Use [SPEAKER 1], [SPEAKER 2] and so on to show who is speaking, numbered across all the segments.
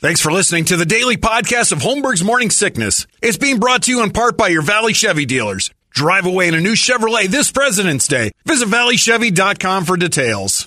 [SPEAKER 1] Thanks for listening to the daily podcast of Holmberg's Morning Sickness. It's being brought to you in part by your Valley Chevy dealers. Drive away in a new Chevrolet this President's Day. Visit valleychevy.com for details.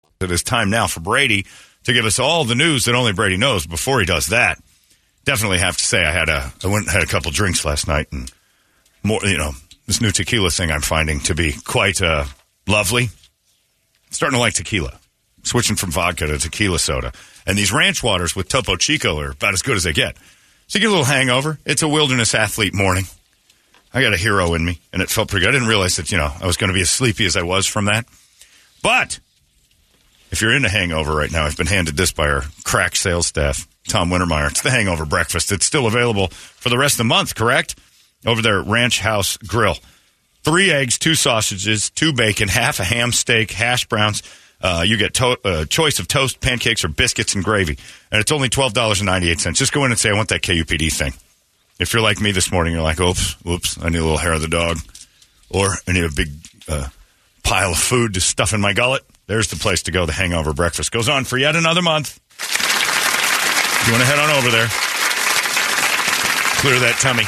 [SPEAKER 2] It is time now for Brady to give us all the news that only Brady knows. Before he does that, definitely have to say I had a I went and had a couple drinks last night and more. You know, this new tequila thing I'm finding to be quite uh, lovely. Starting to like tequila, switching from vodka to tequila soda, and these ranch waters with Topo Chico are about as good as they get. So you get a little hangover. It's a wilderness athlete morning. I got a hero in me, and it felt pretty good. I didn't realize that you know I was going to be as sleepy as I was from that, but. If you're in a hangover right now, I've been handed this by our crack sales staff, Tom Wintermeyer. It's the hangover breakfast. It's still available for the rest of the month, correct? Over there at Ranch House Grill. Three eggs, two sausages, two bacon, half a ham steak, hash browns. Uh, you get to- uh, choice of toast, pancakes, or biscuits and gravy. And it's only $12.98. Just go in and say, I want that KUPD thing. If you're like me this morning, you're like, oops, oops, I need a little hair of the dog. Or I need a big uh, pile of food to stuff in my gullet. There's the place to go. The hangover breakfast goes on for yet another month. If you want to head on over there, clear that tummy.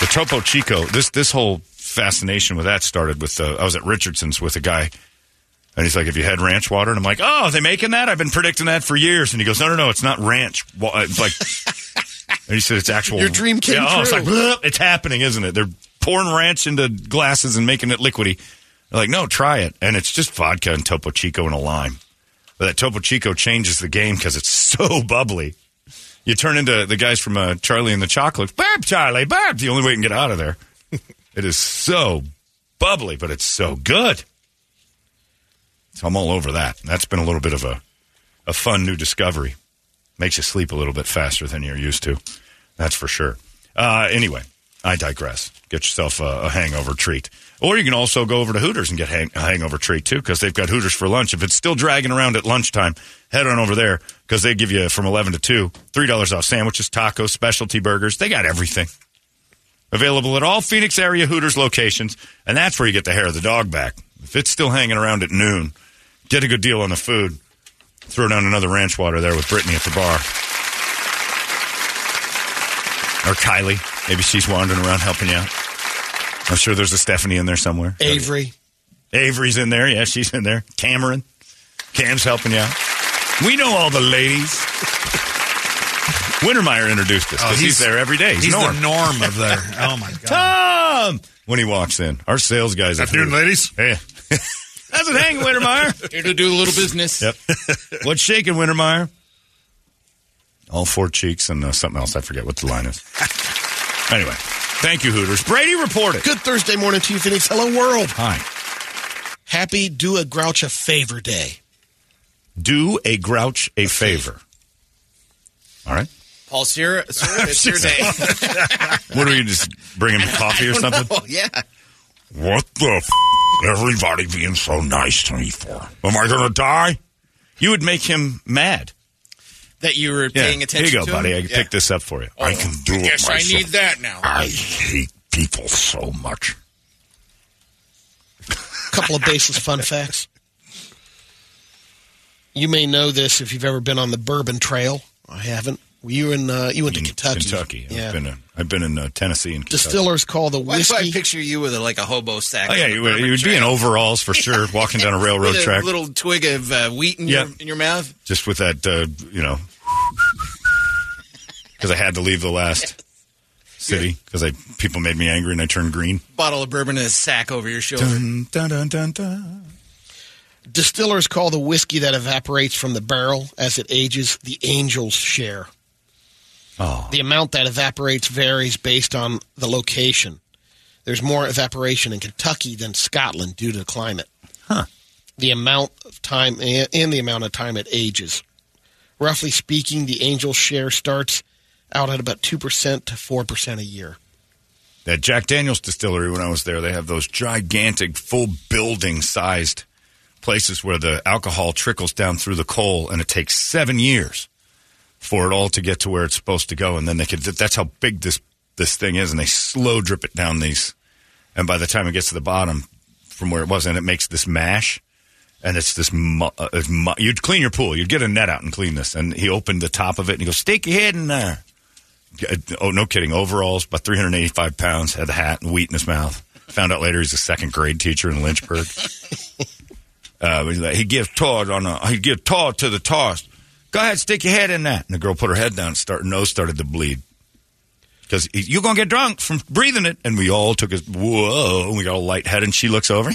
[SPEAKER 2] The Topo Chico, this, this whole fascination with that started with, uh, I was at Richardson's with a guy. And he's like, "Have you had ranch water?" And I'm like, "Oh, are they making that? I've been predicting that for years." And he goes, "No, no, no, it's not ranch. wa- uh, It's like And he said, "It's actual
[SPEAKER 3] Your dream came
[SPEAKER 2] yeah, Oh, it's
[SPEAKER 3] true.
[SPEAKER 2] like "Bleh, it's happening, isn't it? They're pouring ranch into glasses and making it liquidy. They're like, no, try it, and it's just vodka and Topo Chico and a lime. But that Topo Chico changes the game because it's so bubbly. You turn into the guys from uh, Charlie and the Chocolates. Burp, Charlie, burp. The only way you can get out of there. it is so bubbly, but it's so good. So I'm all over that. That's been a little bit of a, a fun new discovery. Makes you sleep a little bit faster than you're used to. That's for sure. Uh, anyway, I digress. Get yourself a, a hangover treat. Or you can also go over to Hooters and get hang, a hangover treat too, because they've got Hooters for lunch. If it's still dragging around at lunchtime, head on over there because they give you from 11 to 2, $3 off sandwiches, tacos, specialty burgers. They got everything. Available at all Phoenix area Hooters locations, and that's where you get the hair of the dog back. If it's still hanging around at noon, get a good deal on the food. Throw down another ranch water there with Brittany at the bar. Or Kylie. Maybe she's wandering around helping you out. I'm sure there's a Stephanie in there somewhere.
[SPEAKER 3] Avery.
[SPEAKER 2] Avery's in there. Yeah, she's in there. Cameron. Cam's helping you out. We know all the ladies. Wintermeyer introduced us because he's,
[SPEAKER 4] Oh, he's-
[SPEAKER 2] there every day. He's,
[SPEAKER 4] He's
[SPEAKER 2] Norm.
[SPEAKER 4] the norm of there. Oh my god!
[SPEAKER 2] Tom! When he walks in, our sales guys. at
[SPEAKER 4] Afternoon, ladies.
[SPEAKER 2] Yeah. That's it hang, Wintermeyer.
[SPEAKER 3] Here to do a little business.
[SPEAKER 2] Yep. What's shaking, Wintermeyer? All four cheeks and uh, something else. I forget what the line is. anyway, thank you, Hooters. Brady reported.
[SPEAKER 3] Good Thursday morning to you, Phoenix. Hello, world.
[SPEAKER 2] Hi.
[SPEAKER 3] Happy Do a Grouch a Favor Day.
[SPEAKER 2] Do a grouch a favor. All right.
[SPEAKER 5] Paul Sierra, sir, it's your day.
[SPEAKER 2] What are you just bring him coffee or something?
[SPEAKER 5] Oh, yeah.
[SPEAKER 2] What the f- everybody being so nice to me for? Am I going to die? You would make him mad.
[SPEAKER 5] That you were
[SPEAKER 2] Yeah.
[SPEAKER 5] paying attention
[SPEAKER 2] Here you go,
[SPEAKER 5] to
[SPEAKER 2] buddy.
[SPEAKER 5] him?
[SPEAKER 2] I can pick this up for you.
[SPEAKER 5] Oh,
[SPEAKER 2] I can do it
[SPEAKER 5] Yes, I
[SPEAKER 2] myself.
[SPEAKER 5] need that now.
[SPEAKER 2] I hate people so much.
[SPEAKER 3] couple of baseless fun facts. You may know this if you've ever been on the Bourbon Trail. I haven't. You were in uh, you went to Kentucky.
[SPEAKER 2] Kentucky. I've,
[SPEAKER 3] yeah.
[SPEAKER 2] been, uh, I've been in uh, Tennessee and Kentucky.
[SPEAKER 3] Distillers call the
[SPEAKER 5] Why do I
[SPEAKER 3] whiskey.
[SPEAKER 5] picture you with a, like a hobo sack?
[SPEAKER 2] Oh, yeah,
[SPEAKER 5] on the
[SPEAKER 2] you would,
[SPEAKER 5] bourbon
[SPEAKER 2] you would be in
[SPEAKER 5] track
[SPEAKER 2] overalls for sure, walking down a railroad
[SPEAKER 5] with a
[SPEAKER 2] track,
[SPEAKER 5] little twig of uh, wheat in,
[SPEAKER 2] Yeah.
[SPEAKER 5] your, in your mouth.
[SPEAKER 2] just with that, uh, you know, because I had to leave the last city because I people made me angry and I turned green.
[SPEAKER 5] Bottle of bourbon and a sack over your shoulder.
[SPEAKER 2] Dun, dun, dun, dun, dun.
[SPEAKER 3] Distillers call the whiskey that evaporates from the barrel as it ages the angel's share.
[SPEAKER 2] Oh,
[SPEAKER 3] The amount that evaporates varies based on the location. There's more evaporation in Kentucky than Scotland due to the climate.
[SPEAKER 2] Huh.
[SPEAKER 3] The amount of time and and the amount of time it ages. Roughly speaking, the angel's share starts out at about 2% to 4% a year.
[SPEAKER 2] that Jack Daniels distillery when I was there, they have those gigantic, full building sized places where the alcohol trickles down through the coal and it takes seven years for it all to get to where it's supposed to go. And then they could, that's how big this, this thing is. And they slow drip it down these. And by the time it gets to the bottom from where it was, and it makes this mash. And it's this, mu- uh, it's mu- you'd clean your pool. You'd get a net out and clean this. And he opened the top of it and he goes, stick your head in there oh no kidding overalls about 385 pounds had the hat and wheat in his mouth found out later he's a second grade teacher in lynchburg uh, he's like, he gives Todd on a he give Todd to the toss. Go ahead, stick your head in that. And the girl put her head down, and start nose started to bleed because you're gonna get drunk from breathing it. And we all took a whoa, and we got all lightheaded. And she looks over,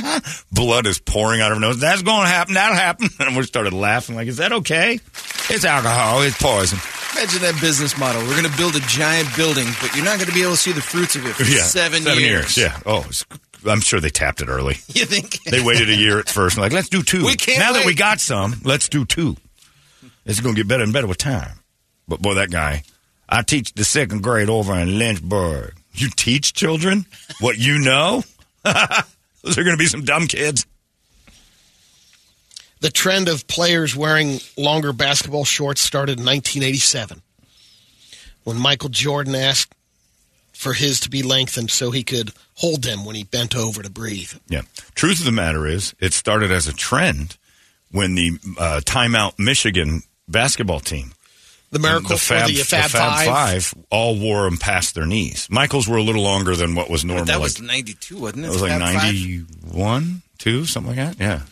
[SPEAKER 2] blood is pouring out of her nose. That's gonna happen. That'll happen. And we started laughing like, is that okay? It's alcohol. It's poison.
[SPEAKER 5] Imagine that business model. We're going to build a giant building, but you're not going to be able to see the fruits of it for
[SPEAKER 2] Yeah,
[SPEAKER 5] seven, years.
[SPEAKER 2] Yeah. Oh, it's- I'm sure they tapped it early.
[SPEAKER 5] You think?
[SPEAKER 2] They waited a year at first. and Like, let's do two.
[SPEAKER 5] We can't
[SPEAKER 2] now that we
[SPEAKER 5] wait.
[SPEAKER 2] got some, let's do two. It's going to get better and better with time. But boy, that guy, I teach the second grade over in Lynchburg. You teach children what you know? Those are going to be some dumb kids.
[SPEAKER 3] The trend of players wearing longer basketball shorts started in 1987 when Michael Jordan asked for his to be lengthened so he could hold them when he bent over to breathe.
[SPEAKER 2] Yeah. Truth of the matter is, it started as a trend when the uh, timeout Michigan basketball team
[SPEAKER 3] The miracle
[SPEAKER 2] Fab,
[SPEAKER 3] for the Fab, Five.
[SPEAKER 2] all wore them past their knees. Michael's were a little longer than what was normal.
[SPEAKER 5] That
[SPEAKER 2] like,
[SPEAKER 5] was 92, wasn't it?
[SPEAKER 2] that was like
[SPEAKER 5] Fab Five?
[SPEAKER 2] 91, 2, something like that. Yeah.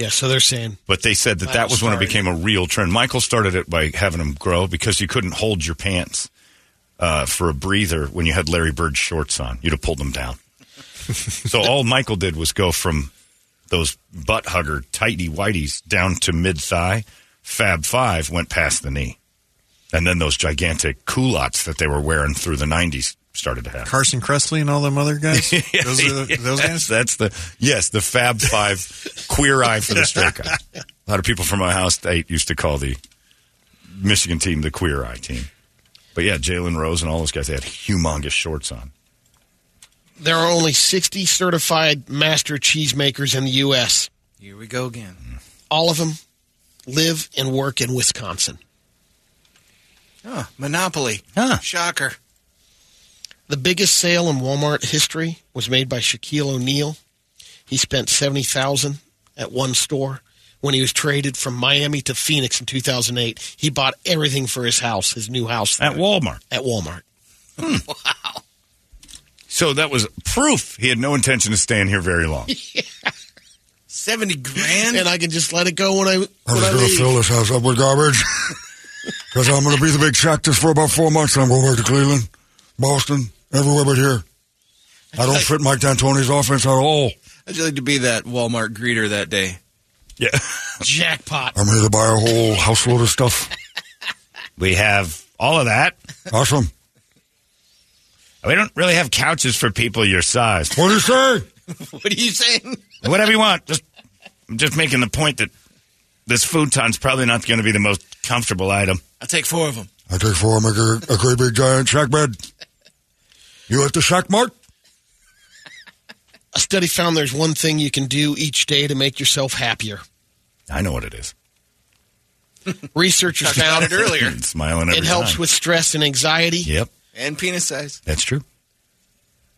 [SPEAKER 3] Yeah, so they're saying
[SPEAKER 2] But they said that that
[SPEAKER 3] Michael
[SPEAKER 2] was when it
[SPEAKER 3] started.
[SPEAKER 2] became a real trend. Michael started it by having them grow because you couldn't hold your pants uh, for a breather when you had Larry Bird shorts on. You'd have pulled them down. so all Michael did was go from those butt hugger tighty whities down to mid thigh. Fab Five went past the knee, and then those gigantic culottes that they were wearing through the '90s started to happen.
[SPEAKER 4] Carson Kressley and all them other guys. Those are the, those
[SPEAKER 2] Yes,
[SPEAKER 4] guys.
[SPEAKER 2] that's the yes, the Fab Five, queer eye for the straight guy. A lot of people from my house state used to call the Michigan team the queer eye team. But yeah, Jalen Rose and all those guys they had humongous shorts on.
[SPEAKER 3] there are only 60 certified master cheesemakers in the U.S.
[SPEAKER 5] Here we go again.
[SPEAKER 3] All of them live and work in Wisconsin.
[SPEAKER 5] Oh, Monopoly.
[SPEAKER 2] Huh.
[SPEAKER 5] Shocker.
[SPEAKER 3] The biggest sale in Walmart history was made by Shaquille O'Neal. He spent seventy thousand at one store when he was traded from Miami to Phoenix in two thousand eight. He bought everything for his house, his new house
[SPEAKER 2] At
[SPEAKER 3] there,
[SPEAKER 2] Walmart.
[SPEAKER 3] at Walmart.
[SPEAKER 2] So that was proof he had no intention of staying here very long.
[SPEAKER 5] 70 grand?
[SPEAKER 3] And I can just let it go when I when I leave.
[SPEAKER 6] this house up with garbage because I'm going to be the big cactus for about four months and I'm going back to Cleveland, Boston, everywhere but here. I don't fit Mike D'Antoni's offense at all.
[SPEAKER 5] How'd you like to be that Walmart greeter that day?
[SPEAKER 2] Yeah.
[SPEAKER 3] jackpot.
[SPEAKER 6] I'm here to buy a whole house load of stuff.
[SPEAKER 2] We have all of that.
[SPEAKER 6] Awesome.
[SPEAKER 2] We don't really have couches for people your size.
[SPEAKER 6] What do you say?
[SPEAKER 5] What are you saying?
[SPEAKER 2] Whatever you want. Just I'm just making the point that this futon's probably not going to be the most comfortable item.
[SPEAKER 5] I'll take four of them.
[SPEAKER 6] I take four, make a, a great big giant shack bed. You at the shack mart?
[SPEAKER 3] A study found there's one thing you can do each day to make yourself happier.
[SPEAKER 2] I know what it is.
[SPEAKER 3] Researchers found
[SPEAKER 5] it earlier.
[SPEAKER 2] And smiling every
[SPEAKER 3] it helps
[SPEAKER 2] time.
[SPEAKER 3] with stress and anxiety
[SPEAKER 2] Yep,
[SPEAKER 5] And penis size.
[SPEAKER 2] that's true.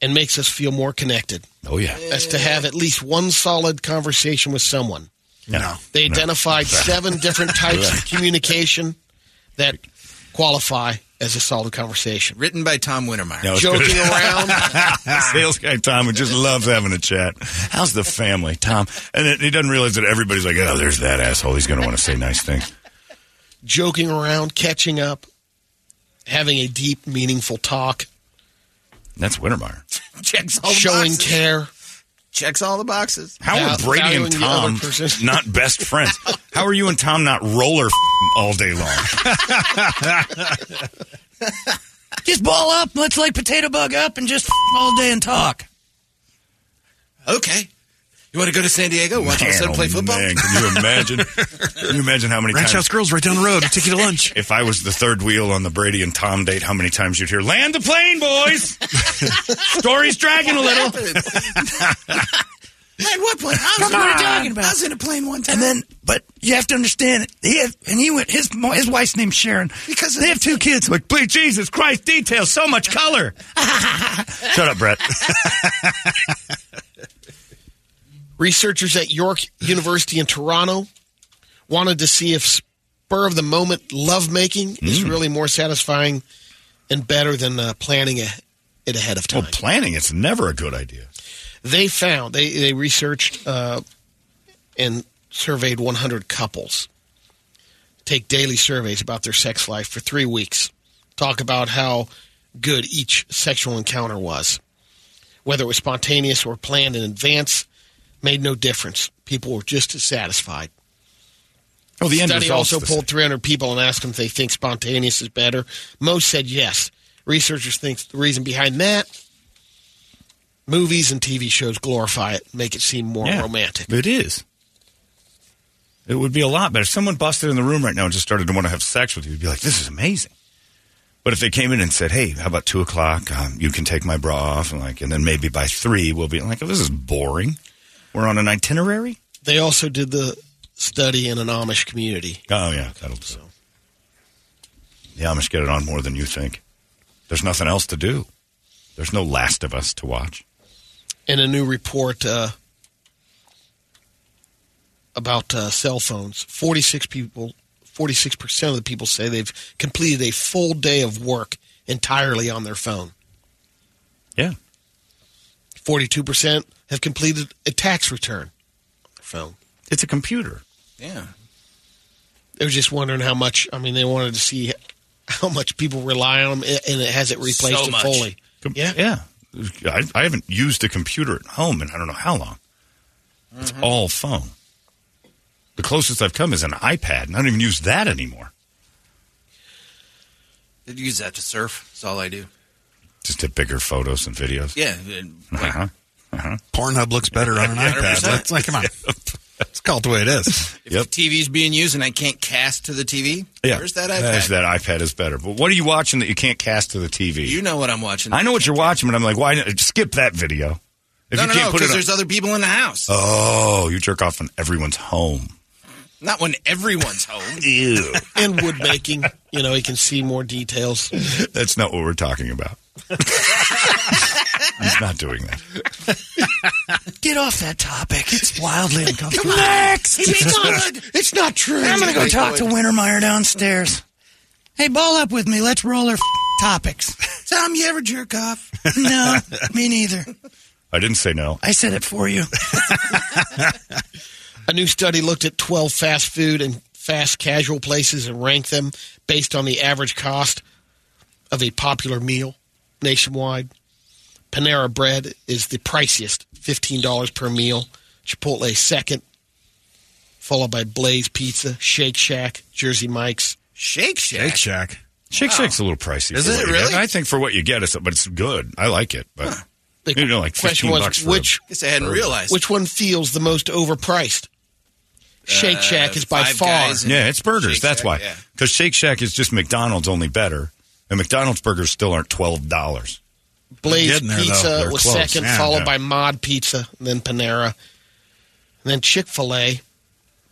[SPEAKER 3] and makes us feel more connected.
[SPEAKER 2] Oh yeah.
[SPEAKER 3] That's to have at least one solid conversation with someone.
[SPEAKER 2] No.
[SPEAKER 3] They identified seven different types of communication that qualify as a solid conversation.
[SPEAKER 5] Written by Tom Wintermeyer.
[SPEAKER 2] No, it's
[SPEAKER 3] Joking
[SPEAKER 2] good.
[SPEAKER 3] around.
[SPEAKER 2] Sales guy Tom who just loves having a chat. How's the family, Tom? And it, he doesn't realize that everybody's like, oh, there's that asshole. He's going to want to say nice things.
[SPEAKER 3] joking around, catching up, having a deep, meaningful talk,
[SPEAKER 2] That's Wintermeyer.
[SPEAKER 5] Checks all the
[SPEAKER 3] showing
[SPEAKER 5] boxes.
[SPEAKER 3] care.
[SPEAKER 5] Checks all the boxes.
[SPEAKER 2] How
[SPEAKER 3] Yeah,
[SPEAKER 2] are Brady
[SPEAKER 3] valuing
[SPEAKER 2] and
[SPEAKER 3] the
[SPEAKER 2] Tom
[SPEAKER 3] other person.
[SPEAKER 2] not best friends? How are you and Tom not roller f***ing all day long?
[SPEAKER 7] Just ball up. Let's like potato bug up and just all day and talk.
[SPEAKER 5] Okay. You want to go to San Diego? Watch our
[SPEAKER 2] Man,
[SPEAKER 5] son
[SPEAKER 2] oh,
[SPEAKER 5] play football?
[SPEAKER 2] Man, can you imagine? can you imagine how many
[SPEAKER 4] Ranch
[SPEAKER 2] times
[SPEAKER 4] House Girls right down the road. Take you to lunch.
[SPEAKER 2] if I was the third wheel on the Brady and Tom date, how many times you'd hear "Land the plane, boys"? Story's dragging a little.
[SPEAKER 5] Man, what plane? I was,
[SPEAKER 7] Come
[SPEAKER 5] what are you
[SPEAKER 7] on.
[SPEAKER 5] talking about? I was in a plane one time.
[SPEAKER 7] And then, but you have to understand, he had, and he went, his, mo- his wife's name's Sharon.
[SPEAKER 5] Because of-
[SPEAKER 7] they have two kids. Like, please, Jesus Christ, details, so much color.
[SPEAKER 2] Shut up, Brett.
[SPEAKER 3] Researchers at York University in Toronto wanted to see if spur of the moment lovemaking is really more satisfying and better than uh, planning a, it ahead of time.
[SPEAKER 2] Well, planning it's never a good idea.
[SPEAKER 3] they found they they researched uh, and surveyed 100 couples take daily surveys about their sex life for three weeks talk about how good each sexual encounter was whether it was spontaneous or planned in advance made no difference people were just as satisfied
[SPEAKER 2] Oh, the end
[SPEAKER 3] study
[SPEAKER 2] result's
[SPEAKER 3] also
[SPEAKER 2] the
[SPEAKER 3] polled 300 people and asked them if they think spontaneous is better. Most said yes. Researchers think the reason behind that movies and TV shows glorify it, make it seem more
[SPEAKER 2] same. Yeah.
[SPEAKER 3] romantic.
[SPEAKER 2] It is. It would be a lot better. If someone busted in the room right now and just started to want to have sex with you, you'd be like, "This is amazing." But if they came in and said, "Hey, how about two o'clock? Um, you can take my bra off," and like, and then maybe by three we'll be like, oh, "This is boring. We're on an itinerary."
[SPEAKER 3] They also did the study in an Amish community.
[SPEAKER 2] Oh yeah, that'll do. it. The Amish get it on more than you think. There's nothing else to do. There's no Last of Us to watch.
[SPEAKER 3] In a new report uh, about uh, cell phones, 46 people, 46% of the people say they've completed a full day of work entirely on their phone.
[SPEAKER 2] Yeah,
[SPEAKER 3] 42% have completed a tax return. Phone.
[SPEAKER 2] it's a computer.
[SPEAKER 5] yeah.
[SPEAKER 3] They were just wondering how much, I mean, they wanted to see how much people rely on them and it has it replaced
[SPEAKER 5] So
[SPEAKER 3] it
[SPEAKER 5] much.
[SPEAKER 3] fully.
[SPEAKER 2] Com-
[SPEAKER 3] Yeah.
[SPEAKER 2] yeah. I, I haven't used a computer at home in I don't know how long. It's
[SPEAKER 5] Mm-hmm.
[SPEAKER 2] all phone. The closest I've come is an iPad, and I don't even use that anymore.
[SPEAKER 5] I'd use that to surf. That's all I do.
[SPEAKER 2] Just to bigger photos and videos.
[SPEAKER 5] Yeah. and, uh-huh.
[SPEAKER 2] Uh
[SPEAKER 5] Like,
[SPEAKER 2] huh. Uh huh.
[SPEAKER 4] Pornhub looks better on an iPad.
[SPEAKER 5] 100%.
[SPEAKER 4] That's like, come on. Let's call it the way it is.
[SPEAKER 5] if
[SPEAKER 2] Yep.
[SPEAKER 5] the TV's being used and I can't cast to the TV,
[SPEAKER 2] Yeah.
[SPEAKER 5] there's that iPad.
[SPEAKER 2] There's that iPad is better. But what are you watching that you can't cast to the TV?
[SPEAKER 5] You know what I'm watching.
[SPEAKER 2] I know what you're watching, but I'm like, why not- skip that video? If
[SPEAKER 5] no, no, no, because
[SPEAKER 2] on-
[SPEAKER 5] there's other people in the house.
[SPEAKER 2] oh, you jerk off when everyone's home.
[SPEAKER 5] Not when everyone's home.
[SPEAKER 2] Ew,
[SPEAKER 3] And wood making, you know, you can see more details.
[SPEAKER 2] that's not what we're talking about. He's not doing that.
[SPEAKER 7] Get off that topic. It's wildly uncomfortable.
[SPEAKER 3] it's not true.
[SPEAKER 7] I'm going to go talk to Wintermeyer downstairs. Hey, ball up with me. Let's roll our f- topics. Tom, you ever jerk off? No, me neither.
[SPEAKER 2] I didn't say no.
[SPEAKER 7] I said it for you.
[SPEAKER 3] A new study looked at 12 fast food and fast casual places and ranked them based on the average cost of a popular meal nationwide. Panera Bread is the priciest, $15 per meal. Chipotle second, followed by Blaze Pizza, Shake Shack, Jersey Mike's.
[SPEAKER 5] Shake Shack.
[SPEAKER 4] Shake Shack.
[SPEAKER 2] Shake Shack's a little pricey.
[SPEAKER 5] Is
[SPEAKER 2] for
[SPEAKER 5] it
[SPEAKER 2] what you
[SPEAKER 5] really?
[SPEAKER 2] get. I think for what you get, it's but it's good. I like it, but
[SPEAKER 3] The
[SPEAKER 2] you know, like
[SPEAKER 3] question
[SPEAKER 2] fifteen
[SPEAKER 3] was,
[SPEAKER 2] bucks for
[SPEAKER 3] which
[SPEAKER 2] a-
[SPEAKER 5] Guess I hadn't realized.
[SPEAKER 3] which one feels the most overpriced? Shake Shack is by
[SPEAKER 5] Uh, Five
[SPEAKER 3] far.
[SPEAKER 5] Guys and-
[SPEAKER 2] yeah, it's burgers.
[SPEAKER 5] Shake
[SPEAKER 2] that's
[SPEAKER 5] Shack,
[SPEAKER 2] why,
[SPEAKER 5] yeah.
[SPEAKER 2] because Shake Shack is just McDonald's only better, and McDonald's burgers still aren't twelve dollars.
[SPEAKER 3] Blaze
[SPEAKER 4] Getting there, though.
[SPEAKER 3] Pizza
[SPEAKER 2] They're
[SPEAKER 3] was
[SPEAKER 2] close.
[SPEAKER 3] second,
[SPEAKER 2] Yeah,
[SPEAKER 3] followed
[SPEAKER 2] yeah.
[SPEAKER 3] by Mod Pizza, and then Panera, and then Chick Fil A.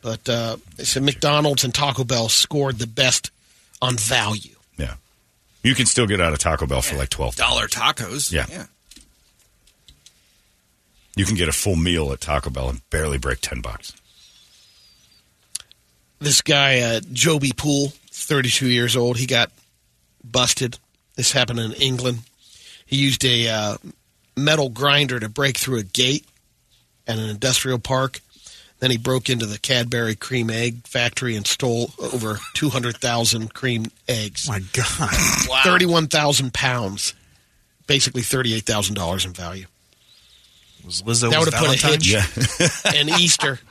[SPEAKER 3] But uh, they said McDonald's and Taco Bell scored the best on value.
[SPEAKER 2] Yeah, you can still get out of Taco Bell for like twelve.
[SPEAKER 5] dollar tacos.
[SPEAKER 2] Yeah. You can get a full meal at Taco Bell and barely break ten bucks.
[SPEAKER 3] This guy, uh, Joby Poole, 32 years old, he got busted. This happened in England. He used a uh, metal grinder to break through a gate at an industrial park. Then he broke into the Cadbury cream egg factory and stole over 200,000 cream eggs.
[SPEAKER 4] My God.
[SPEAKER 3] 31,000 pounds, basically $38,000 in value.
[SPEAKER 4] Was Lizzo
[SPEAKER 3] That
[SPEAKER 4] was
[SPEAKER 3] would have put a
[SPEAKER 4] Valentine?
[SPEAKER 3] hitch and Easter.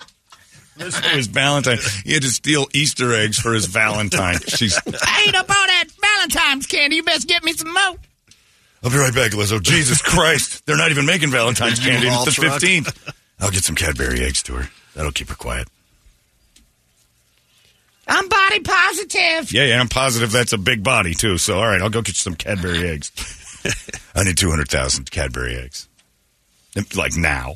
[SPEAKER 2] This was Valentine. He had to steal Easter eggs for his Valentine. She's.
[SPEAKER 7] I ate up all that Valentine's candy. You best get me some more.
[SPEAKER 2] I'll be right back, Lizzo. Jesus Christ, they're not even making Valentine's candy. It's
[SPEAKER 4] U-Haul
[SPEAKER 2] the
[SPEAKER 4] truck.
[SPEAKER 2] fifteenth. I'll get some Cadbury eggs to her. That'll keep her quiet.
[SPEAKER 7] I'm body positive.
[SPEAKER 2] Yeah, yeah, I'm positive that's a big body too. So, all right, I'll go get you some Cadbury eggs. I need two hundred thousand Cadbury eggs, like now.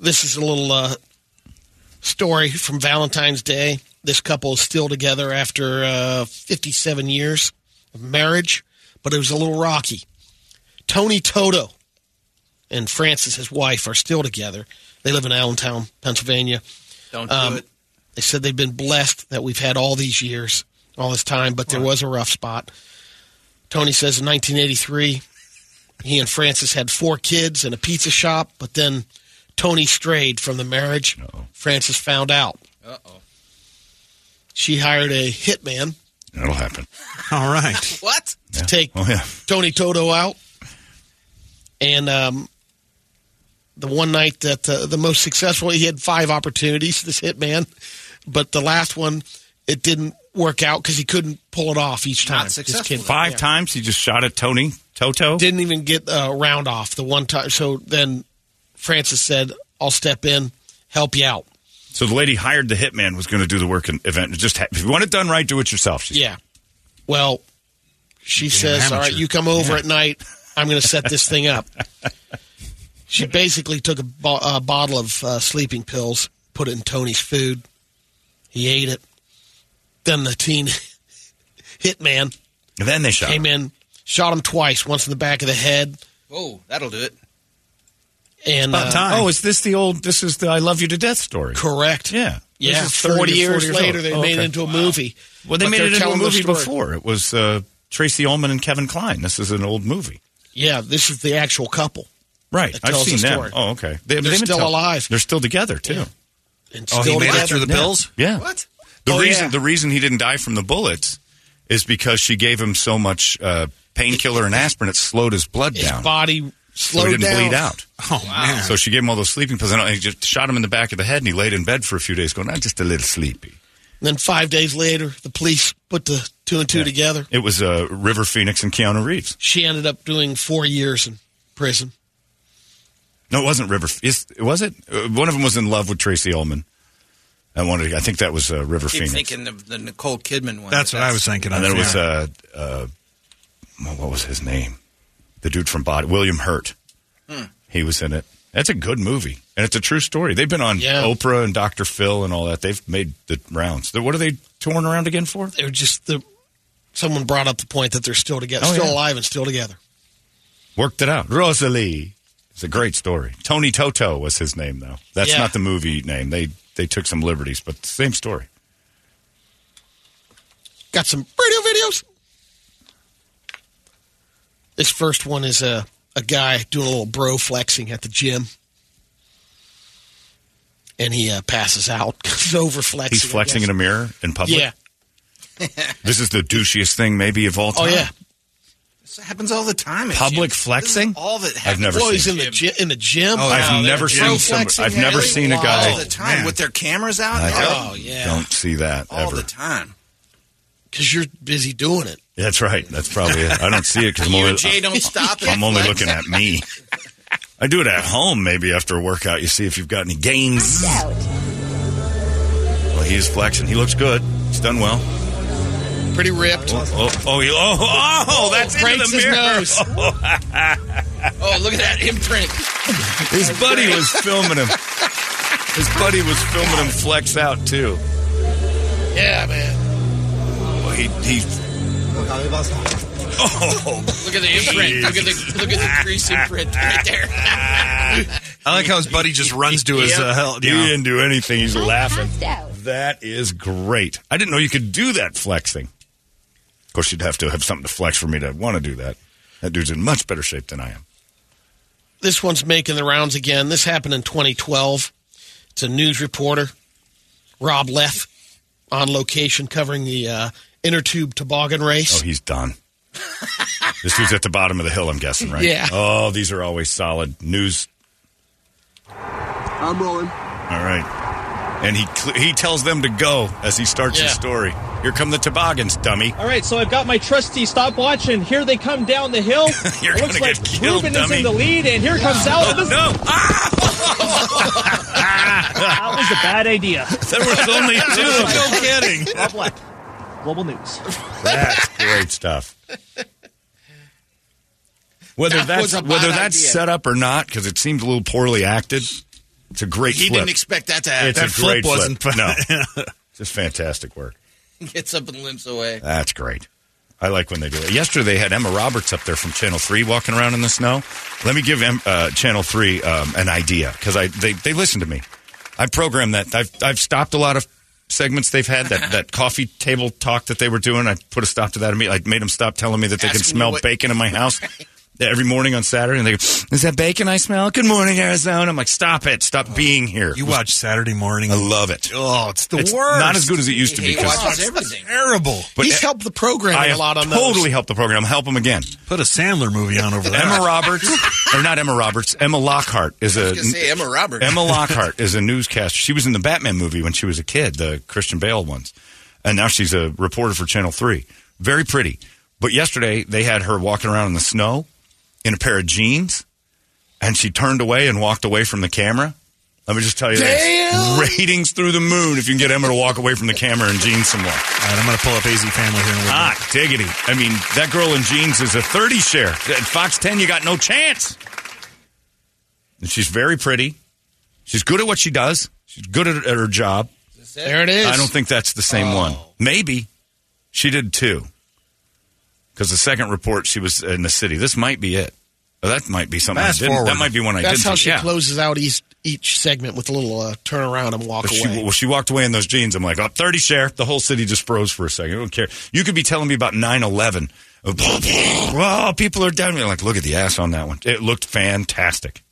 [SPEAKER 3] This is a little uh, story from Valentine's Day. This couple is still together after uh, 57 years of marriage, but it was a little rocky. Tony Toto and Frances, his wife, are still together. They live in Allentown, Pennsylvania.
[SPEAKER 5] Don't
[SPEAKER 3] Um, They said they've been blessed that we've had all these years, all this time, but there was a rough spot. Tony says in 1983, he and Francis had four kids and a pizza shop, but then Tony strayed from the marriage. Francis found out. Uh oh. She hired a hitman
[SPEAKER 2] That'll happen.
[SPEAKER 4] All right.
[SPEAKER 5] What?
[SPEAKER 3] to take
[SPEAKER 2] Oh yeah,
[SPEAKER 3] Tony Toto out. And um, the one night that uh, the most successful, he had five opportunities, this hitman. But the last one, it didn't work out because he couldn't pull it off each time. This
[SPEAKER 5] successful.
[SPEAKER 3] kid-
[SPEAKER 2] five
[SPEAKER 3] yeah.
[SPEAKER 2] times he just shot at Tony Toto.
[SPEAKER 3] Didn't even get a round off the one time. So then Francis said, I'll step in, help you out.
[SPEAKER 2] so the lady hired the hitman was going to do the work and event. Just ha- if you want it done right, do it yourself. She
[SPEAKER 3] Yeah. Well, she says, "All right,
[SPEAKER 4] amateur.
[SPEAKER 3] you come over at night. I'm going to set this thing up." she basically took a, bo- a bottle of uh, sleeping pills, put it in Tony's food. He ate it. Then the teen hitman
[SPEAKER 2] And then they shot.
[SPEAKER 3] came
[SPEAKER 2] him.
[SPEAKER 3] in, shot him twice, once in the back of the head,
[SPEAKER 5] Oh, that'll do it.
[SPEAKER 3] and uh,
[SPEAKER 2] Oh, is this the old? This is the I love you to death story.
[SPEAKER 3] correct.
[SPEAKER 2] Yeah.
[SPEAKER 3] Yeah,
[SPEAKER 2] This is
[SPEAKER 3] 40,
[SPEAKER 2] 30 or
[SPEAKER 3] years
[SPEAKER 2] 40 years
[SPEAKER 3] later,
[SPEAKER 2] old.
[SPEAKER 3] they
[SPEAKER 2] Oh,
[SPEAKER 3] made
[SPEAKER 2] okay.
[SPEAKER 3] it into a movie.
[SPEAKER 2] Well, they
[SPEAKER 3] But
[SPEAKER 2] made
[SPEAKER 3] they're
[SPEAKER 2] it into a
[SPEAKER 3] telling the
[SPEAKER 2] movie
[SPEAKER 3] story.
[SPEAKER 2] before. It was uh, Tracy Ullman and Kevin Klein. This is an old movie.
[SPEAKER 3] Yeah, this is the actual couple.
[SPEAKER 2] Right.
[SPEAKER 3] It
[SPEAKER 2] I've
[SPEAKER 3] tells the
[SPEAKER 2] seen them.
[SPEAKER 3] story.
[SPEAKER 2] Oh, okay.
[SPEAKER 3] They're
[SPEAKER 2] been
[SPEAKER 3] still alive.
[SPEAKER 2] They're still together, too.
[SPEAKER 3] Yeah. And
[SPEAKER 4] Oh,
[SPEAKER 3] still
[SPEAKER 4] he made
[SPEAKER 3] together.
[SPEAKER 4] it through the pills?
[SPEAKER 2] Yeah.
[SPEAKER 5] What?
[SPEAKER 2] The
[SPEAKER 3] Oh,
[SPEAKER 2] reason
[SPEAKER 3] yeah.
[SPEAKER 2] the reason he didn't die from the bullets is because she gave him so much uh, painkiller and aspirin it slowed his blood
[SPEAKER 3] His
[SPEAKER 2] down.
[SPEAKER 3] body
[SPEAKER 2] so he
[SPEAKER 3] slowed
[SPEAKER 2] didn't
[SPEAKER 3] down.
[SPEAKER 2] bleed out.
[SPEAKER 4] Oh, man.
[SPEAKER 2] So she gave him all those sleeping pills and he just shot him in the back of the head and he laid in bed for a few days going, I'm just a little sleepy.
[SPEAKER 3] And then five days later, the police put the two and two together.
[SPEAKER 2] It was uh, River Phoenix and Keanu Reeves.
[SPEAKER 3] She ended up doing four years in prison.
[SPEAKER 2] No, it wasn't River. Is, was it? Uh, One of them was in love with Tracy Ullman. I wanted. I think that was uh, River
[SPEAKER 5] Keep
[SPEAKER 2] Phoenix.
[SPEAKER 5] thinking of the Nicole Kidman one.
[SPEAKER 4] That's what I was thinking.
[SPEAKER 2] and
[SPEAKER 4] of,
[SPEAKER 2] then it was
[SPEAKER 4] yeah.
[SPEAKER 2] uh, uh, well, what was his name? The dude from Body, William Hurt.
[SPEAKER 3] Hmm.
[SPEAKER 2] He was in it. That's a good movie, and it's a true story. They've been on
[SPEAKER 3] Yeah.
[SPEAKER 2] Oprah and Dr. Phil and all that. They've made the rounds. What are they touring around again for?
[SPEAKER 3] They were just the. Someone brought up the point that they're still together,
[SPEAKER 2] Oh,
[SPEAKER 3] still
[SPEAKER 2] yeah.
[SPEAKER 3] alive, and still together.
[SPEAKER 2] Worked it out. Rosalie. It's a great story. Tony Toto was his name, though. That's
[SPEAKER 3] Yeah.
[SPEAKER 2] not the movie name. They they took some liberties, but same story.
[SPEAKER 3] Got some radio videos. This first one is a a guy doing a little bro flexing at the gym, and he uh, passes out. He's over flexing.
[SPEAKER 2] He's flexing in a mirror in public.
[SPEAKER 3] Yeah.
[SPEAKER 2] This is the douchiest thing maybe of all
[SPEAKER 3] Oh
[SPEAKER 2] time.
[SPEAKER 3] yeah.
[SPEAKER 5] This happens all the time. at
[SPEAKER 2] Public
[SPEAKER 5] gyms.
[SPEAKER 2] flexing?
[SPEAKER 5] This is all that happens.
[SPEAKER 2] never
[SPEAKER 3] Well,
[SPEAKER 2] seen
[SPEAKER 3] he's in the gym. In the gym.
[SPEAKER 4] Oh,
[SPEAKER 2] I've
[SPEAKER 4] Wow,
[SPEAKER 2] never
[SPEAKER 3] they're
[SPEAKER 2] seen some,
[SPEAKER 3] flexing
[SPEAKER 2] I've never
[SPEAKER 3] really
[SPEAKER 2] seen a guy.
[SPEAKER 5] all the time
[SPEAKER 4] man.
[SPEAKER 5] with their cameras out.
[SPEAKER 2] I
[SPEAKER 5] and
[SPEAKER 2] don't-
[SPEAKER 5] everything.
[SPEAKER 3] Oh, yeah.
[SPEAKER 2] Don't see that
[SPEAKER 5] all
[SPEAKER 2] ever.
[SPEAKER 5] the time.
[SPEAKER 3] because you're busy doing it.
[SPEAKER 2] That's right. That's probably it. I don't see it because I'm
[SPEAKER 5] You
[SPEAKER 2] only,
[SPEAKER 5] and Jay don't stop.
[SPEAKER 2] I'm
[SPEAKER 5] and
[SPEAKER 2] only
[SPEAKER 5] flex.
[SPEAKER 2] looking at me. I do it at home maybe after a workout. You see if you've got any gains. Well, he's flexing. He looks good. He's done well.
[SPEAKER 3] Pretty ripped.
[SPEAKER 2] Oh, oh, you- oh, oh, that's into
[SPEAKER 3] breaks
[SPEAKER 2] the
[SPEAKER 3] his
[SPEAKER 2] mirror.
[SPEAKER 3] nose.
[SPEAKER 2] oh,
[SPEAKER 3] look at that imprint.
[SPEAKER 2] His buddy was filming him. His buddy was filming him flex out too.
[SPEAKER 3] Yeah, man.
[SPEAKER 2] Well, he, he Oh,
[SPEAKER 3] look at the imprint. Look at the look at the grease imprint right there.
[SPEAKER 2] I like how his buddy just runs
[SPEAKER 4] to his, uh, hell-
[SPEAKER 2] He
[SPEAKER 4] yeah.
[SPEAKER 2] didn't do anything. He's
[SPEAKER 4] I
[SPEAKER 2] laughing.
[SPEAKER 4] passed out.
[SPEAKER 2] That is great. I didn't know you could do that flexing. Of course, you'd have to have something to flex for me to want to do that. That dude's in much better shape than I am.
[SPEAKER 3] this one's making the rounds again. This happened in 2012. It's a news reporter, Rob Leff, on location covering the uh, inner tube toboggan race.
[SPEAKER 2] Oh, he's done. this dude's at the bottom of the hill, I'm guessing, right?
[SPEAKER 3] Yeah.
[SPEAKER 2] Oh, these are always solid news.
[SPEAKER 8] I'm rolling.
[SPEAKER 2] All right. And he cl- he tells them to go as he starts
[SPEAKER 8] Yeah.
[SPEAKER 2] his story. Here come the toboggans, dummy.
[SPEAKER 8] All right, so I've got my trusty stopwatch, and here they come down the hill.
[SPEAKER 2] You're
[SPEAKER 8] It Looks
[SPEAKER 2] gonna
[SPEAKER 8] like
[SPEAKER 2] get killed,
[SPEAKER 8] Ruben is
[SPEAKER 2] dummy.
[SPEAKER 8] in the lead, and here comes
[SPEAKER 2] No,
[SPEAKER 8] Alvis.
[SPEAKER 2] no. Ah!
[SPEAKER 8] that was a bad idea.
[SPEAKER 2] There was only two.
[SPEAKER 8] no kidding. Rob Black, Global News.
[SPEAKER 2] That's great stuff. Whether
[SPEAKER 8] That was
[SPEAKER 2] that's
[SPEAKER 8] a bad
[SPEAKER 2] whether that's
[SPEAKER 8] idea.
[SPEAKER 2] set up or not, because it seems a little poorly acted. It's a great.
[SPEAKER 5] He
[SPEAKER 2] flip.
[SPEAKER 5] didn't expect that to happen.
[SPEAKER 2] It's
[SPEAKER 5] That
[SPEAKER 2] a
[SPEAKER 5] flip
[SPEAKER 2] great
[SPEAKER 5] wasn't-
[SPEAKER 2] Flip. No, just fantastic work.
[SPEAKER 5] Gets up and limps away.
[SPEAKER 2] That's great. I like when they do it. Yesterday, they had Emma Roberts up there from Channel 3 walking around in the snow. Let me give em, uh, Channel 3 um, an idea because I they, they listen to me. I programmed that. I've, I've stopped a lot of segments they've had, that, that coffee table talk that they were doing. I put a stop to that. immediately. I made them stop telling me that they can
[SPEAKER 5] Asking
[SPEAKER 2] smell
[SPEAKER 5] what-
[SPEAKER 2] bacon in my house. Every morning on Saturday, and they go, "Is that bacon I smell?" Good morning, Arizona. I'm like, "Stop it! Stop being here." You watch Saturday morning. I love it. Oh, it's
[SPEAKER 4] the worst.
[SPEAKER 2] Not as good as it used to
[SPEAKER 4] He
[SPEAKER 2] be. 'cause-
[SPEAKER 4] watches
[SPEAKER 3] everything.
[SPEAKER 4] Terrible.
[SPEAKER 2] He's helped
[SPEAKER 3] the programming
[SPEAKER 2] I have totally helped the program. Help him again.
[SPEAKER 4] Put a Sandler movie on over there.
[SPEAKER 2] Emma Roberts, or not Emma Roberts, Emma Lockhart is a.
[SPEAKER 5] gonna say Emma Roberts.
[SPEAKER 2] Emma Lockhart is a newscaster. She was in the Batman movie when she was a kid, the Christian Bale ones, and now she's a reporter for Channel Three. Very pretty. But yesterday they had her walking around in the snow in a pair of jeans, and she turned away and walked away from the camera. Let me just tell you
[SPEAKER 4] Damn.
[SPEAKER 2] this: ratings through the moon if you can get Emma to walk away from the camera in jeans some more.
[SPEAKER 4] All right, I'm going to pull up AZ Family here in a little
[SPEAKER 2] Ah, diggity. I mean, that girl in jeans is a 30 share. At Fox 10, you got no chance. And she's very pretty. She's good at what she does. She's good at, at her job.
[SPEAKER 3] There it is.
[SPEAKER 2] I don't think that's the same one.
[SPEAKER 4] Oh.
[SPEAKER 2] Maybe she did two. Because the second report, she was in the city. This might be it. Oh, that might be something
[SPEAKER 4] Fast
[SPEAKER 2] I didn't.
[SPEAKER 4] forward.
[SPEAKER 2] That might be one I
[SPEAKER 3] That's
[SPEAKER 2] didn't.
[SPEAKER 3] how she
[SPEAKER 2] yeah.
[SPEAKER 3] closes out each, each segment with a little uh, turn around and walk
[SPEAKER 2] But she,
[SPEAKER 3] away.
[SPEAKER 2] well, she walked away in those jeans. I'm like, up 30 share. The whole city just froze for a second. I don't care. You could be telling me about 9 11. Well, people are down. You're like, look at the ass on that one. It looked fantastic.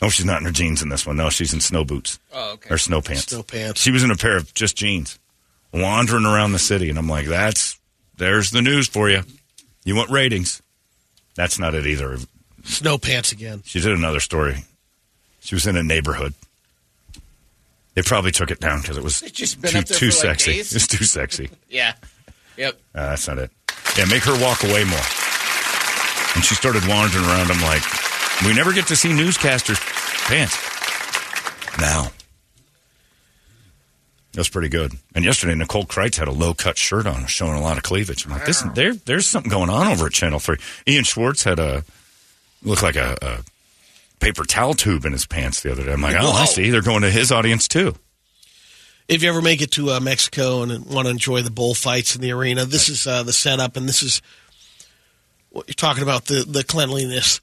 [SPEAKER 2] No, she's not in her jeans in this one. No, she's in snow boots.
[SPEAKER 3] Oh, okay.
[SPEAKER 2] Or snow pants.
[SPEAKER 3] Snow pants.
[SPEAKER 2] She was in a pair of just jeans, wandering around the city. And I'm like, that's, there's the news for you. You want ratings. That's not it either.
[SPEAKER 3] Snow pants again.
[SPEAKER 2] She did another story. She was in a neighborhood. They probably took it down because it was
[SPEAKER 5] It's just been
[SPEAKER 2] too,
[SPEAKER 5] up there
[SPEAKER 2] too
[SPEAKER 5] for, like,
[SPEAKER 2] sexy.
[SPEAKER 5] days.
[SPEAKER 2] It's too sexy.
[SPEAKER 5] Yeah. Yep.
[SPEAKER 2] Uh, that's not it. Yeah, make her walk away more. And she started wandering around. I'm like, we never get to see newscasters' pants. Now. That's pretty good. And yesterday, Nicole Kreitz had a low cut shirt on, showing a lot of cleavage. I'm like, this, there, there's something going on over at Channel 3. Ian Schwartz had a, looked like a, a paper towel tube in his pants the other day. I'm like, oh, I
[SPEAKER 3] Whoa.
[SPEAKER 2] see. They're going to his audience too.
[SPEAKER 3] If you ever make it to uh, Mexico and want to enjoy the bullfights in the arena, this is uh, the setup, and this is what you're talking about the, the cleanliness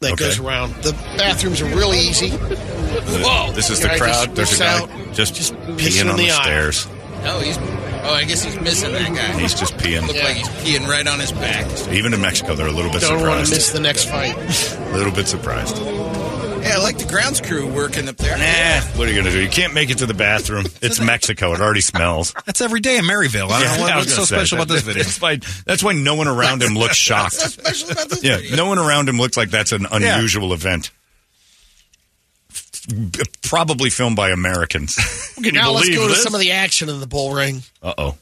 [SPEAKER 3] that
[SPEAKER 2] Okay.
[SPEAKER 3] goes around. The bathrooms are really easy. Whoa!
[SPEAKER 2] This is the crowd. There's a guy just,
[SPEAKER 3] pissing
[SPEAKER 2] peeing
[SPEAKER 3] in
[SPEAKER 2] on the,
[SPEAKER 3] the aisle.
[SPEAKER 2] stairs.
[SPEAKER 5] Oh, he's. Oh, I guess he's missing that guy.
[SPEAKER 2] He's just peeing.
[SPEAKER 5] Looked like he's peeing right on his back.
[SPEAKER 2] Even in Mexico, they're a little bit
[SPEAKER 3] Don't want to
[SPEAKER 2] surprised.
[SPEAKER 3] miss the next fight.
[SPEAKER 2] A little bit surprised.
[SPEAKER 5] Yeah, I like the grounds crew working up there.
[SPEAKER 2] Nah, what are you going to do? You can't make it to the bathroom. It's Mexico. It already smells.
[SPEAKER 4] That's every day in Maryville. I don't know what- what's so special about this video.
[SPEAKER 2] That's why, that's why no one around him looks shocked. yeah, no one around him looks like that's an unusual event. Probably filmed by Americans. Can you
[SPEAKER 3] now let's
[SPEAKER 2] believe
[SPEAKER 3] go
[SPEAKER 2] this?
[SPEAKER 3] to some of the action in the bull ring.
[SPEAKER 2] Uh oh.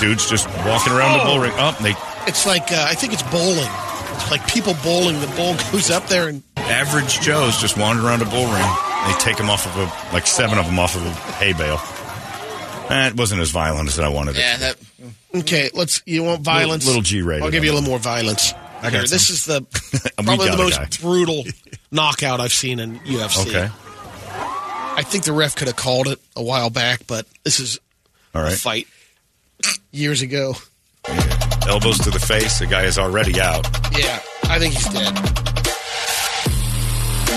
[SPEAKER 2] Dude's just walking around the
[SPEAKER 3] Oh.
[SPEAKER 2] bull ring. Up, they
[SPEAKER 3] It's like uh, I think it's bowling. It's like people bowling. The bull goes up there and
[SPEAKER 2] Average Joe's just wandering around a bull ring. They take them off of a, like seven of them off of a hay bale. Eh, it wasn't as violent as I wanted it.
[SPEAKER 3] Yeah, that. Okay, let's. You want
[SPEAKER 2] Little-
[SPEAKER 3] violence?
[SPEAKER 2] little G-rated
[SPEAKER 3] I'll give
[SPEAKER 2] on
[SPEAKER 3] you a
[SPEAKER 2] that
[SPEAKER 3] little more violence.
[SPEAKER 2] I got
[SPEAKER 3] here. This
[SPEAKER 2] some.
[SPEAKER 3] is the
[SPEAKER 2] We
[SPEAKER 3] probably the
[SPEAKER 2] got a
[SPEAKER 3] most
[SPEAKER 2] guy.
[SPEAKER 3] brutal knockout I've seen in UFC.
[SPEAKER 2] Okay.
[SPEAKER 3] I think the ref could have called it a while back, but this is
[SPEAKER 2] All right.
[SPEAKER 3] a fight years ago.
[SPEAKER 2] Elbows to the face. The guy is already out.
[SPEAKER 3] Yeah, I think he's dead.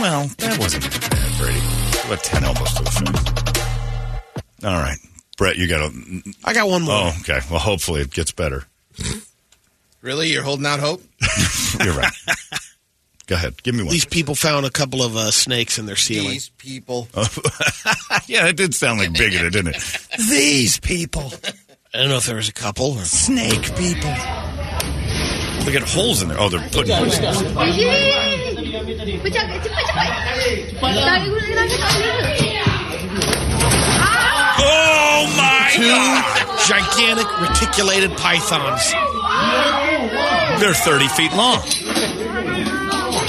[SPEAKER 2] Well, that wasn't that bad, Brady. What ten elbows to the face? All right, Brett, you got a.
[SPEAKER 3] I got one
[SPEAKER 2] more. Oh, okay. Well, hopefully it gets better.
[SPEAKER 5] Really? You're holding out hope?
[SPEAKER 2] You're right. Go ahead, give me one.
[SPEAKER 3] These people found a couple of uh, snakes in their ceiling.
[SPEAKER 5] These people.
[SPEAKER 2] yeah, it did sound like bigoted, didn't it?
[SPEAKER 7] These people.
[SPEAKER 3] I don't know if there was a couple. Or...
[SPEAKER 7] Snake people.
[SPEAKER 2] They got holes in there. Oh, they're putting. Oh my
[SPEAKER 3] Two gigantic reticulated pythons.
[SPEAKER 2] They're thirty feet long.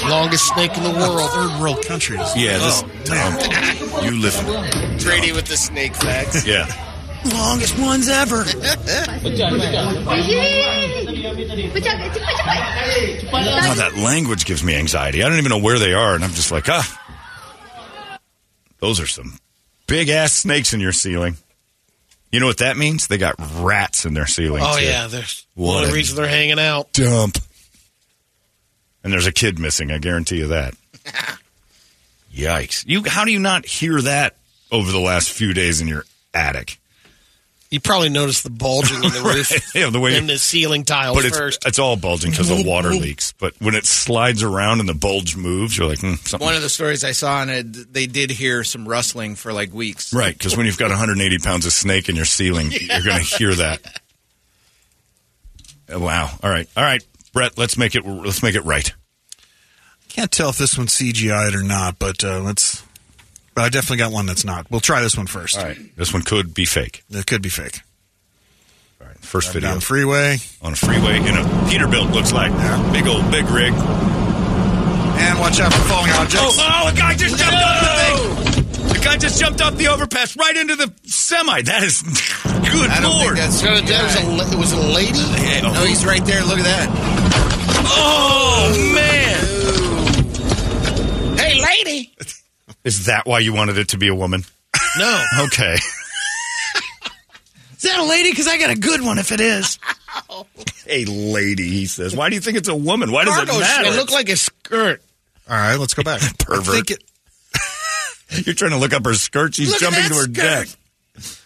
[SPEAKER 3] Longest snake in the world.
[SPEAKER 4] Third world countries.
[SPEAKER 2] Yeah, this
[SPEAKER 4] Oh,
[SPEAKER 2] Tom, you listen.
[SPEAKER 5] Brady with the snake facts.
[SPEAKER 2] Yeah,
[SPEAKER 7] Longest ones ever.
[SPEAKER 2] now that language gives me anxiety. I don't even know where they are, and I'm just like, ah, those are some big ass snakes in your ceiling. You know what that means? They got rats in their ceiling.
[SPEAKER 3] Oh
[SPEAKER 2] too.
[SPEAKER 3] yeah, there's
[SPEAKER 2] What
[SPEAKER 3] one of
[SPEAKER 2] a
[SPEAKER 3] the reasons they're hanging out.
[SPEAKER 2] dump. And there's a kid missing. I guarantee you that. Yikes! You, how do you not hear that over the last few days in your attic?
[SPEAKER 3] You probably noticed the bulging in the roof
[SPEAKER 2] Yeah, the way
[SPEAKER 3] and the ceiling tiles
[SPEAKER 2] but it's,
[SPEAKER 3] first.
[SPEAKER 2] it's all bulging because of water leaks. But when it slides around and the bulge moves, you're like, hmm, something.
[SPEAKER 5] One of the stories I saw on it, they did hear some rustling for like weeks.
[SPEAKER 2] Right, because when you've got 180 pounds of snake in your ceiling, you're going to hear that. Uh, Wow. All right. All right, Brett. Let's make it. Let's make it right.
[SPEAKER 4] Can't tell if this one's CGI'd or not, but uh, let's. But I definitely got one that's not. We'll try this one first.
[SPEAKER 2] All right. This one could be fake.
[SPEAKER 4] It could be fake.
[SPEAKER 2] All right. First
[SPEAKER 4] Driving
[SPEAKER 2] video
[SPEAKER 4] down the freeway,
[SPEAKER 2] on a freeway in a Peterbilt looks like big old big rig.
[SPEAKER 4] and watch out for falling objects.
[SPEAKER 2] oh, a guy just jumped off the thing. The guy just jumped off the overpass right into the semi. That is good
[SPEAKER 5] I don't
[SPEAKER 2] lord.
[SPEAKER 5] think that's.
[SPEAKER 3] So that was a, la- it was a lady.
[SPEAKER 5] no, Oh, he's right there. Look at that.
[SPEAKER 2] oh man.
[SPEAKER 3] Hey, lady.
[SPEAKER 2] Is that why you wanted it to be a woman?
[SPEAKER 3] No,
[SPEAKER 2] Okay.
[SPEAKER 7] Is that a lady? Because I got a good one if it is.
[SPEAKER 2] a lady, he says. Why do you think it's a woman? Why does
[SPEAKER 3] Cargo
[SPEAKER 2] it matter?
[SPEAKER 3] It looked like a skirt.
[SPEAKER 4] All right, let's go back.
[SPEAKER 2] Pervert.
[SPEAKER 4] I think it-
[SPEAKER 2] You're trying to look up her skirt. She's
[SPEAKER 3] Look at
[SPEAKER 2] jumping
[SPEAKER 3] that
[SPEAKER 2] to her
[SPEAKER 3] skirt.
[SPEAKER 2] death.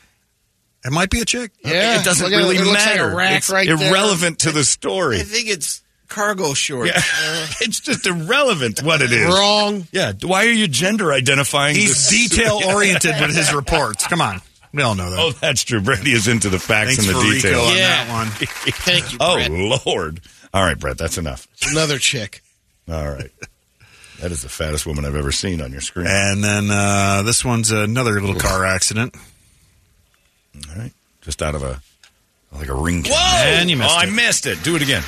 [SPEAKER 4] it might be a chick.
[SPEAKER 3] Yeah,
[SPEAKER 2] it doesn't
[SPEAKER 3] look at it.
[SPEAKER 2] really
[SPEAKER 3] It looks like a
[SPEAKER 2] matter.
[SPEAKER 3] rack
[SPEAKER 2] it's
[SPEAKER 3] right there.
[SPEAKER 2] irrelevant to the story.
[SPEAKER 5] I think it's cargo shorts.
[SPEAKER 2] Yeah. it's just irrelevant what it is.
[SPEAKER 3] Wrong.
[SPEAKER 2] Yeah. Why are you gender identifying?
[SPEAKER 4] He's
[SPEAKER 2] the-
[SPEAKER 4] detail oriented with his reports. Come on, we all know that.
[SPEAKER 2] Oh, that's true. Brady is into the facts
[SPEAKER 4] Thanks
[SPEAKER 2] and the
[SPEAKER 4] for Rico
[SPEAKER 2] details.
[SPEAKER 4] on
[SPEAKER 3] Yeah.
[SPEAKER 4] that one.
[SPEAKER 3] Thank you, Brett.
[SPEAKER 2] Oh Lord! All right, Brett, that's enough.
[SPEAKER 3] Another chick.
[SPEAKER 2] All right, that is the fattest woman I've ever seen on your screen.
[SPEAKER 4] And then uh, this one's another little car accident.
[SPEAKER 2] All right, just out of a like a ring. Whoa!
[SPEAKER 4] And you missed
[SPEAKER 2] oh, I
[SPEAKER 4] it.
[SPEAKER 2] missed it. Do it again.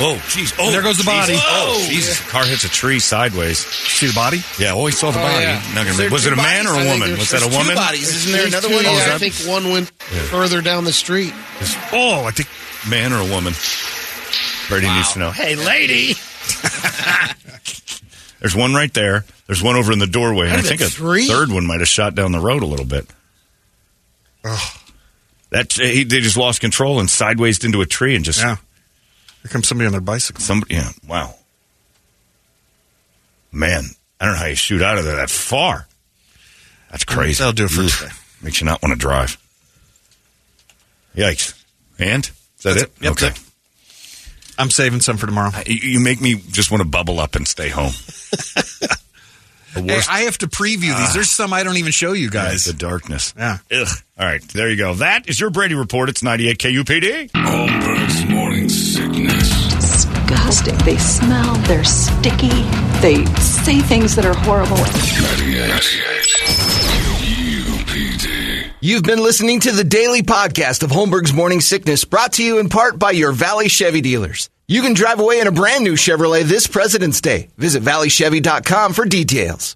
[SPEAKER 2] Oh, jeez. Oh,
[SPEAKER 4] There goes the body.
[SPEAKER 2] Jesus. Oh,
[SPEAKER 4] Whoa.
[SPEAKER 2] Jesus. The car hits a tree sideways.
[SPEAKER 4] See the body?
[SPEAKER 2] Yeah, always saw the
[SPEAKER 5] Oh,
[SPEAKER 2] body.
[SPEAKER 5] yeah.
[SPEAKER 2] Not gonna-
[SPEAKER 5] There are
[SPEAKER 2] was
[SPEAKER 5] two
[SPEAKER 2] it a man
[SPEAKER 5] bodies.
[SPEAKER 2] or
[SPEAKER 5] I
[SPEAKER 2] a
[SPEAKER 5] think
[SPEAKER 2] woman?
[SPEAKER 5] there's-
[SPEAKER 2] Was that a
[SPEAKER 5] there's
[SPEAKER 2] woman?
[SPEAKER 5] Two bodies. Isn't there
[SPEAKER 3] There's
[SPEAKER 5] another
[SPEAKER 3] two,
[SPEAKER 5] one?
[SPEAKER 3] yeah,
[SPEAKER 5] Oh, is
[SPEAKER 3] I
[SPEAKER 5] that-
[SPEAKER 3] think one went further down the street.
[SPEAKER 4] Oh, I think
[SPEAKER 2] Man or a woman? Brady needs to know. Oh, Hey, lady. There's one right there. There's one over in the doorway. And I
[SPEAKER 3] Might have
[SPEAKER 2] think a
[SPEAKER 3] been three.
[SPEAKER 2] third one might have shot down the road a little bit. That he, they just lost control and sideways into a tree and just
[SPEAKER 4] yeah. Here comes somebody on their bicycle.
[SPEAKER 2] somebody. Yeah, wow. Man, I don't know how you shoot out of there that far. That's crazy.
[SPEAKER 4] That'll do it for
[SPEAKER 2] Ugh.
[SPEAKER 4] today.
[SPEAKER 2] Makes you not want to drive. Yikes. And is that
[SPEAKER 4] That's
[SPEAKER 2] it?
[SPEAKER 4] it. Yep,
[SPEAKER 2] okay.
[SPEAKER 4] that's I'm saving some for tomorrow.
[SPEAKER 2] You you make me just want to bubble up and stay home. the
[SPEAKER 4] Hey,
[SPEAKER 2] worst
[SPEAKER 4] I have to preview these.
[SPEAKER 9] Ah.
[SPEAKER 4] There's some I don't even show you
[SPEAKER 2] guys.
[SPEAKER 4] guys.
[SPEAKER 2] The darkness.
[SPEAKER 4] Yeah.
[SPEAKER 2] Ugh. All right. There you go. That is your Brady report. It's 98 KUPD.
[SPEAKER 10] Holmberg's morning sickness.
[SPEAKER 11] disgusting. They smell, they're sticky, they say things that are horrible.
[SPEAKER 10] 98. 98.
[SPEAKER 9] You've been listening to the daily podcast of Holmberg's Morning Sickness, brought to you in part by your Valley Chevy dealers. You can drive away in a brand new Chevrolet this President's Day. Visit valleychevy.com for details.